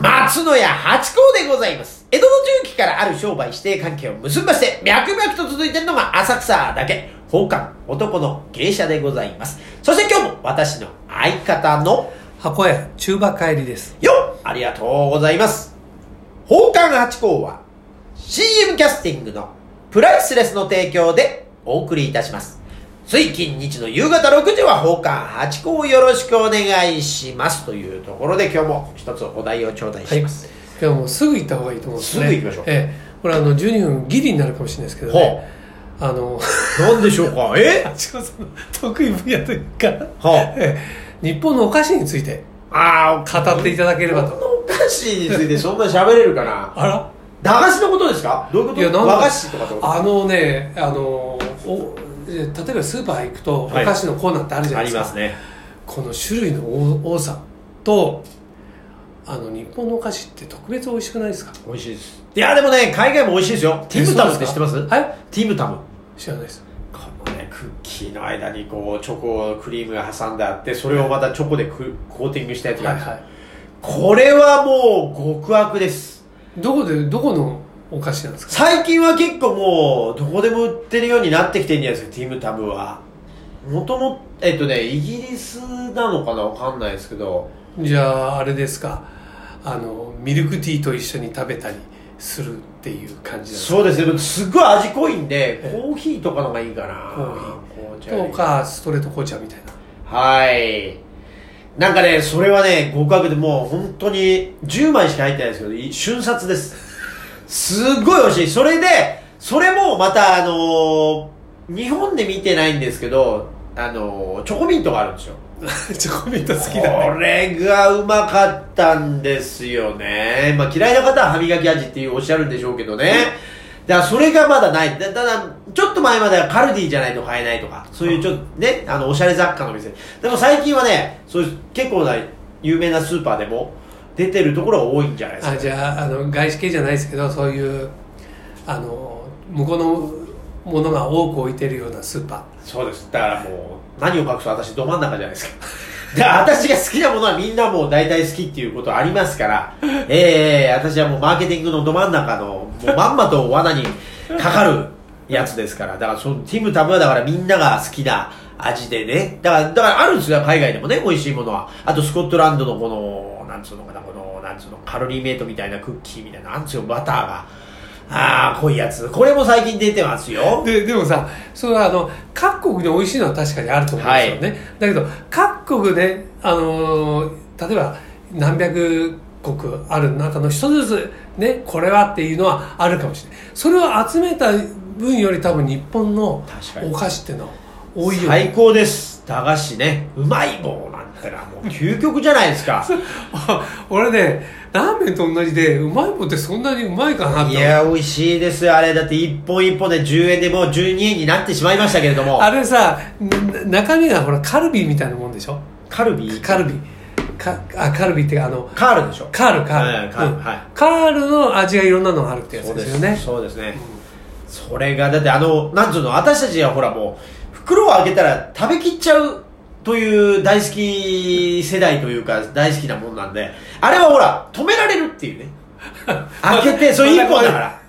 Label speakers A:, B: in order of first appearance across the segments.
A: 松野屋八甲でございます。江戸の中期からある商売指定関係を結びまして、脈々と続いているのが浅草だけ、宝冠男の芸者でございます。そして今日も私の相方の、
B: 箱屋中馬帰りです
A: よっありがとうございます。宝冠八甲は CM キャスティングのプライスレスの提供でお送りいたします。つい近日の夕方6時は宝冠八甲をよろしくお願いしますというところで今日も一つお題を頂戴します。
B: 今日もうすぐ行った方がいいと思うんですね
A: すぐ行きましょう
B: ええこれあの12分ギリになるかもしれないですけどねあの
A: なんでしょうかえ
B: 八子さんの得意分野というか、
A: は
B: ええ日本のお菓子について
A: ああ、
B: 語っていただければ
A: ことのお菓子についてそんな喋れるかな
B: あら
A: 駄菓子のことですかどういうこと
B: いやなんか
A: 和菓子とかってこと
B: あのねあのおえ例えばスーパー行くとお
A: はい
B: 菓子のコーナーってあるじゃないですか、
A: ね。
B: この種類の多多さとあの日本のお菓子って特別美味しくないですか
A: 美味しいです。いや、でもね、海外も美味しいですよ。ティムタムって知ってます
B: はい
A: ティムタム。
B: 知らないです
A: このね、クッキーの間にこう、チョコ、クリームが挟んであって、それをまたチョコでくコーティングしたやつが
B: は
A: あ
B: い
A: るんですよ
B: はい
A: これはもう極悪です。
B: どこでどこのお菓子なんですか
A: 最近は結構もう、どこでも売ってるようになってきてるんじゃないですか、ティムタムは。もとも、えっとね、イギリスなのかなわかんないですけど、
B: じゃああれですかあのミルクティーと一緒に食べたりするっていう感じなんですか
A: そうですね、でもすっごい味濃いんで、
B: ええ
A: コーヒーとかのがいいかな。
B: コー
A: ヒ
B: とかストレート紅茶みたいな
A: はい。なんかね、それはね、合格でもう本当に10枚しか入ってないですけど、い瞬殺です。すっごい美味しい。それで、それもまたあのー日本で見てないんですけど、あのーチョコミントがあるんですよ。
B: チョコミント好きだ
A: こ
B: ね
A: れがうまかったんですよね。まあ嫌いな方は歯磨き味っていうおっしゃるんでしょうけどね。だからそれがまだない。だただ、ちょっと前まではカルディじゃないと買えないとか、そういうちょっとね、あの、おしゃれ雑貨の店。でも最近はね、そういう結構な有名なスーパーでも出てるところが多いんじゃないです
B: あ
A: か。
B: じゃああの外資系じゃないですけどそういうあの向こうのものが多く置いてるようなスーパ
A: そうです。だからもう、何を隠そう私ど真ん中じゃないですか。 で、私が好きなものはみんなもう大体好きっていうことありますから、ええ私はもうマーケティングのど真ん中の、もうまんまと罠にかかるやつですから、だからそのティムタムはだからみんなが好きな味でね、だから、だからあるんですよ、海外でもね、美味しいものは。あとスコットランドのこの、なんつうのかな、この、なんつうの、カロリーメイトみたいなクッキーみたいな、なんつうの、バターが。ああ、濃いやつ。これも最近出てますよ
B: ー。ででもさそれはあの各国で美味しいのは確かにあると思うんですよね、だけど各国であのー例えば何百国ある中の一つずつねこれはっていうのはあるかもしれないそれを集めた分より多分日本の
A: 確かに
B: お菓子っていうのは多いよね
A: 最高です駄菓子ねうまい棒なんてのは もう究極じゃないですか
B: あ 俺ねラーメンと同じでうまいもんってそんなにうまいかなって思う
A: いや美味しいですよあれだって一本一本で10円でもう12円になってしまいましたけれども
B: あれさな中身がほらカルビみたいなもんでしょ
A: カルビー
B: カルビかあカルビってあの
A: カールでしょ
B: カールカー
A: は
B: ル、
A: いカール
B: うん
A: はい
B: カールの味がいろんなのがあるってやつですよね
A: そうですね、それがだってあのなんつうの私たちはほらもう袋を開けたら食べきっちゃうという大好き世代というか大好きなもんなんであれはほら止められるっていうね 開けてそれ一本だから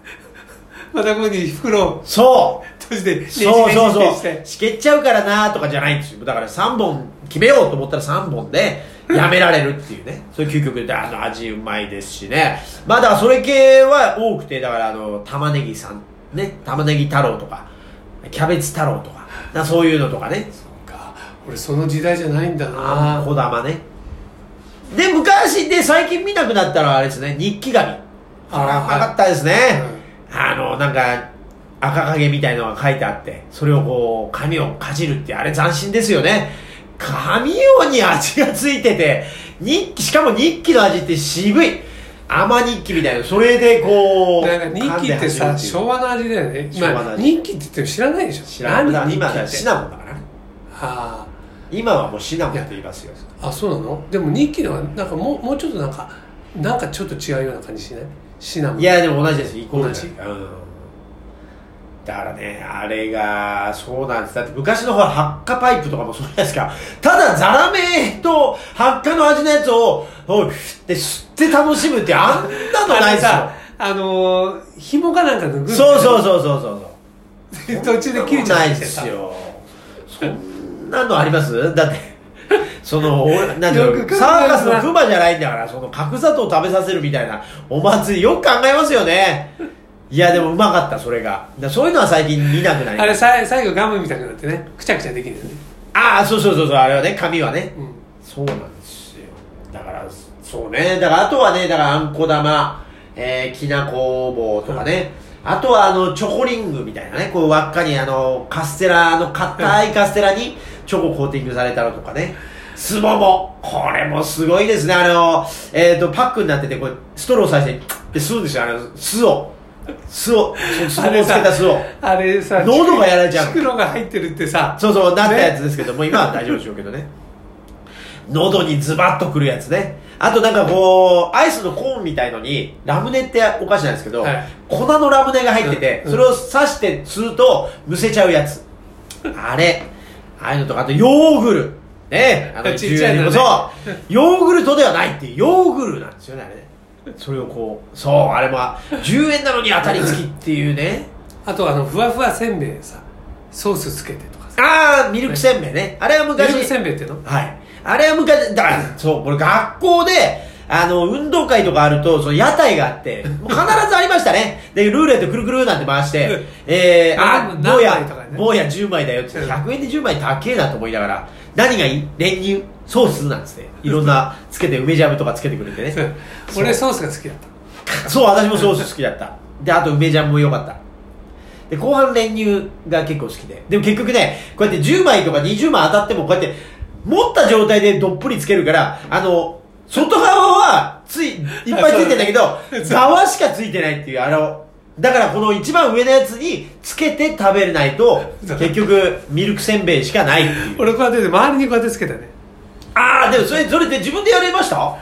B: またここに袋を
A: そう
B: 閉じてねじ
A: そうそう
B: ねじねじ
A: そ
B: ね
A: う。しけっちゃうからなとかじゃないんですよ。だから3本決めようと思ったら3本で、やめられるっていうね。そういう究極で、あの味うまいですしね。まあだからそれ系は多くて、だからあの、玉ねぎさん、ね、玉ねぎ太郎とか、キャベツ太郎とか、だからそういうのとかね。
B: そうか俺その時代じゃないんだ
A: あん
B: な
A: こ玉ね。で、昔で最近見なくなったのはあれですね、日記紙。
B: あ
A: あ
B: ら
A: ら、うまかったですね。あの、なんか、赤影みたいのが書いてあって、それをこう、紙をかじるって、あれ斬新ですよね。紙用に味がついてて、日記、しかも日記の味って渋い。甘日記みたいな、それでこう、
B: なんか
A: 噛ん
B: 日記
A: で
B: っ
A: 走
B: て
A: る
B: さ
A: ていう
B: 昭和の味だよね
A: 昭和の
B: 今
A: 味
B: 日記って言っても知らないでしょ
A: 知らん
B: 何日記
A: 今
B: っ
A: は
B: て
A: シナモンだからね。
B: あ
A: 今はもうシナモンって言いますよ。
B: ーあそうなのでも日記のはなんかもうもうちょっとなんかなんかちょっと違うような感じしないシナモン
A: いや、でも同じです。イコールだよ
B: 同じ
A: うん。だからね、あれが、そうなんです。だって昔のほら、発火パイプとかもそうじゃないですか。ただ、ザラメと発火の味のやつを、おい、で、吸って楽しむってあんなの
B: あ
A: ない
B: れ
A: ですよ。
B: さあのー紐かなんか抜く
A: そうそう
B: う
A: そうそうそうそう。
B: 途中で切れちゃ
A: な
B: う
A: い
B: ん
A: ですよそんなのあります だ ってその俺なんていう
B: よ
A: の
B: く考えます
A: サーカスのクマじゃないんだからその角砂糖食べさせるみたいな お祭りよく考えますよねいやでもうまかったそれがだそういうのは最近見なくなりま
B: あれ
A: した
B: さ最後ガムみたいになってねくちゃくちゃできるよね、
A: ああそうそうそうそうあれはね紙はね
B: うん、
A: そうなんですよだからそうねだからあとはねだからあんこ玉、えー、きなこ棒とかね、あとはあのチョコリングみたいなねこう輪っかにあのカステラの硬いカステラにチョココーティングされたのとかねスモモこれもすごいですねあの、えー、とパックになっててこれストローさせてで吸うんですよあの酢を酢をそのスモモをつけた酢を
B: あれさ
A: 喉がやられちゃう
B: シクロが入ってるってさ
A: そうそうなったやつですけど、もう今は大丈夫でしょうけどね喉にズバッとくるやつねあとなんかこうアイスのコーンみたいのにラムネってお菓子なんですけど、
B: はい
A: 粉のラムネが入ってて、
B: うん
A: それを刺して吸うとむせちゃうやつあれああいうのとかあとヨーグルねあの
B: ちっちゃいのね
A: 10円そうヨーグルトではないっていうヨーグルなんですよねあれねそれをこうそうあれも10円なのに当たり付きっていうね
B: あとあのふわふわせんべいさソースつけてとかさ
A: ああミルクせんべいねあれは昔
B: ミルクせんべいっての
A: はい。あれは昔、だから、そう、これ学校で、あの、運動会とかあると、その屋台があって、もう必ずありましたね。で、ルーレットくるくるなんて回して、えー、あ、
B: 何枚
A: もうや
B: とか、ね
A: もうや10枚だよって言って、100円で10枚高えなと思いながら、何がいい練乳、ソースなんですね。いろんな、つけて、梅ジャムとかつけてくれてね。
B: そう俺ソースが好きだっ
A: そう、私もソース好きだった。で、あと梅ジャムも良かった。で、後半練乳が結構好きで。でも結局ね、こうやって10枚とか20枚当たっても、こうやって持った状態でどっぷりつけるから、あの、外側はつい、いっぱいついてんだけど
B: そう、
A: 側しかついてないっていう、あの、だからこの一番上のやつにつけて食べれないと、
B: そう
A: 結局ミルクせんべいしかないっていう
B: た俺こうやってて周りにこうやってつけたね
A: ああ、でもそれ、それって自分でやれました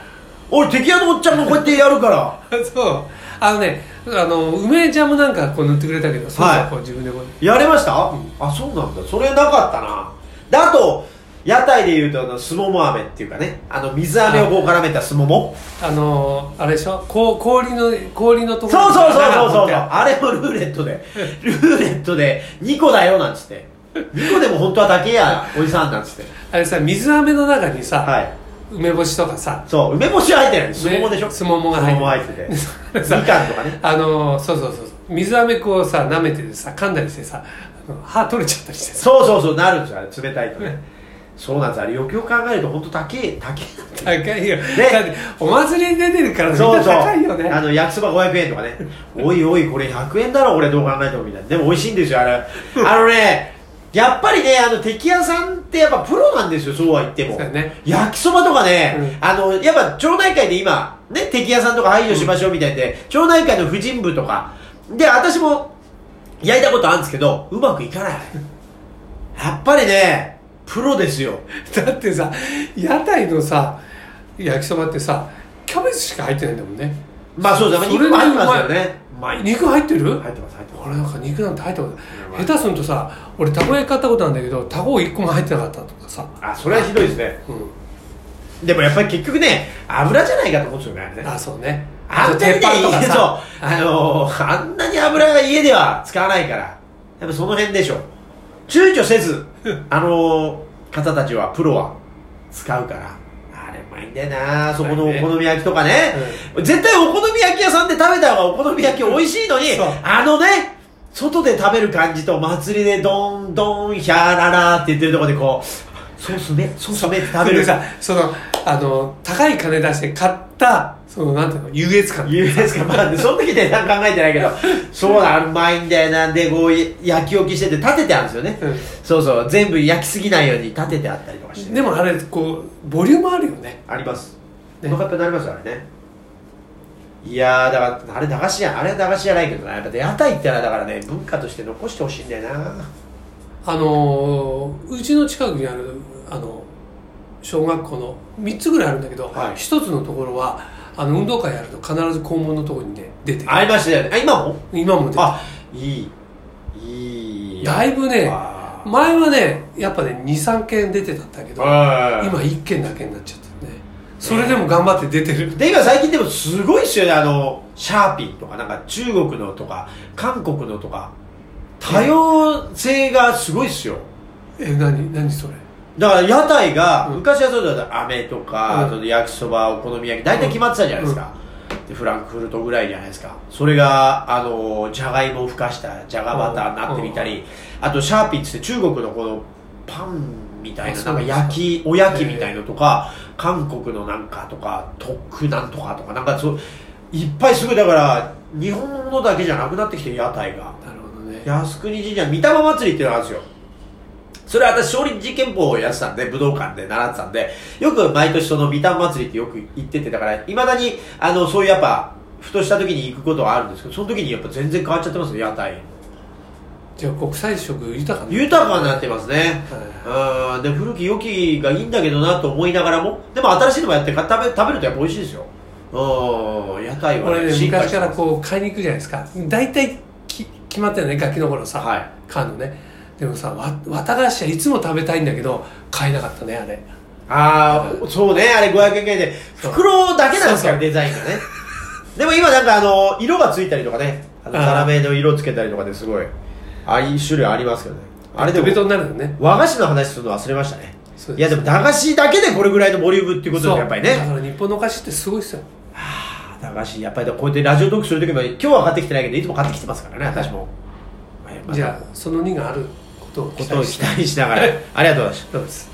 A: 俺、敵屋のおっちゃんもこうやってやるから。
B: そうあのねあの梅ジャムなんかこう塗ってくれたけどソースはこう自分でこう、
A: やれました、あそうなんだそれなかったなであと屋台でいうとあのすもも飴っていうかねあの水飴をこう絡めたすもも
B: あのあれでしょこう氷の氷のと
A: そう
B: ころ
A: そうそうそうそう
B: 長く持って
A: あれもルーレットでルーレットで2個だよなんつって2個でも本当はだけやおじさんなんつって
B: あれさ水飴の中にさ、
A: はい
B: 梅干しとかさ
A: そう梅干しは入ってないすももでしょ
B: ねすももが入ってる
A: すもも入ってて
B: さ
A: みかんとかね
B: あのそうそうそうそう水飴こうさ舐めててさ噛んだりしてさあの歯取れちゃったりしてさ
A: そうそうそうなるんですよあれ冷たいとねそうなんですあれよくよく考えると本当高え高えな
B: 高いよ、だってお祭りに出てるからみん
A: そう
B: な
A: そう
B: 高いよね
A: あの焼きそば500円とか ねおいおいこれ100円だろ俺どう考えてもみたいなでも美味しいんですよあれあのねやっぱりねあの敵屋さんってやっぱプロなんですよそうは言っても、
B: そうだね
A: 焼きそばとかね、
B: うん
A: あのやっぱ町内会で今ね敵屋さんとか排除しましょうみたいで、町内会の婦人部とかで私も焼いたことあるんですけどうまくいかないやっぱりねプロですよ
B: だってさ屋台のさ焼きそばってさキャベツしか入ってないんだもんね
A: まあそうですね
B: そ
A: 肉
B: れ
A: も
B: で
A: 入ってますよね
B: うまい肉入ってる
A: 入ってます入ってます
B: 俺なんか肉なんて入ったこと
A: う
B: なんい下手するとさ俺たこ焼き買ったことあるんだけどたこ1個も入ってなかったとかさ
A: あそれはひどいですね
B: うん
A: でもやっぱり結局ね、油じゃないかと思うんですよね、あれね。
B: あそうね
A: あんなにね、
B: とか
A: 家そう
B: さ
A: あのー、あんなに油が家では使わないから、やっぱその辺でしょ。躊躇せ ず、あのー、方たちは、プロは、使うから。あれ、うまいんだよなそこのお好み焼きとかね。絶対お好み焼き屋さんで食べた方がお好み焼き美味しいのに
B: そう、
A: あのね、外で食べる感じと祭りでどんどんヒャララって言ってるとこでこう、ソースめ、ソースめって食
B: 食
A: べ
B: べ
A: る
B: る。さそのあの高い金出して買ったそのなんていうの優越感
A: 言うですかまあその時で何も考えてないけどそうだうまいんだよなんでこう焼き置きしてて立ててあるんですよね、
B: うん
A: そうそう全部焼きすぎないように立ててあったりとかして、
B: でもあれこうボリュームあるよね
A: ありますお
B: ね
A: 腹いっぱいになりますよあれねいやーだからあれ駄菓子屋あれは駄菓子じゃないけどなやっぱ屋台ってのはだからね文化として残してほしいんだよな
B: あのーうちの近くにあるあの小学校の3つぐらいあるんだけど、
A: はい
B: 一1つのところはあの運動会やると必ず校門のところにね出てる
A: ありましたよねあ今も
B: 今も出てる
A: あいいいい
B: だいぶね
A: あー
B: 前はねやっぱね23件出てたんだけど
A: はい
B: 今1件だけになっちゃったねそれでも頑張って出てる、
A: で今最近でもすごいっすよねあのシャーピンとかなんか中国のとか韓国のとか多様性がすごいっすよ
B: え何何それ
A: だから屋台が、
B: うん
A: 昔はそうだった飴とか、
B: うん
A: あと焼きそばお好み焼き大体決まってたじゃないですか、でフランクフルトぐらいじゃないですかそれがあのじゃがいもをふかしたじゃがバターになってみたり、あとシャーピンっつって中国のこのパンみたい
B: あ
A: な
B: そ
A: な
B: うんな
A: か
B: んですか
A: 焼きおやきみたいのとか、韓国のなんかとか特なんとかとかなんかそういっぱいすごいだから日本のものだけじゃなくなってきて屋台が
B: なるほどね
A: 靖国神社御霊祭りっていうのがあるんですよそれは私少林寺拳法をやってたんで武道館で習ってたんでよく毎年その御霊祭りってよく行っててだからいまだにあのそういうやっぱふとした時に行くことはあるんですけどその時にやっぱ全然変わっちゃってますね屋台
B: じゃあ国際色豊かな
A: 豊かになってますねうんで古き良きがいいんだけどなと思いながらもでも新しいのもやってか食べ食べるとやっぱ美味しいですようん屋台は
B: 俺ね
A: 進化
B: 昔
A: して
B: から
A: ます
B: こう買いに行くじゃないですか大体き決まってるねガキの頃さ、
A: はい
B: 買うのねでもさわ綿菓子はいつも食べたいんだけど買えなかったねあれ
A: ああ、そうね、あれ500円で、
B: そう
A: 袋だけなんですか
B: そうそう
A: ら、デザインがね。でも今なんかあの、色がついたりとかね、あの、
B: あー
A: ザラメの色つけたりとかですごい、ああいう種類ありますけどね。あれで
B: ベトベト
A: も、
B: になるのね
A: 和菓子の話するの忘れましたね
B: そう。
A: い
B: で
A: や
B: す
A: でも駄菓子だけでこれぐらいのボリュームっていうことで
B: そう
A: やっぱり
B: だ
A: ね。
B: から日本のお菓子ってすごいっすよ
A: あー駄菓子、やっぱりこうやってラジオトークするときも、今日は買ってきてないけど、いつも買ってきてますからね、私も。
B: じゃあその2があることを
A: あ、こ
B: 期
A: とを
B: 待
A: 期
B: して
A: 待しながら、ありがとうございました。
B: どうです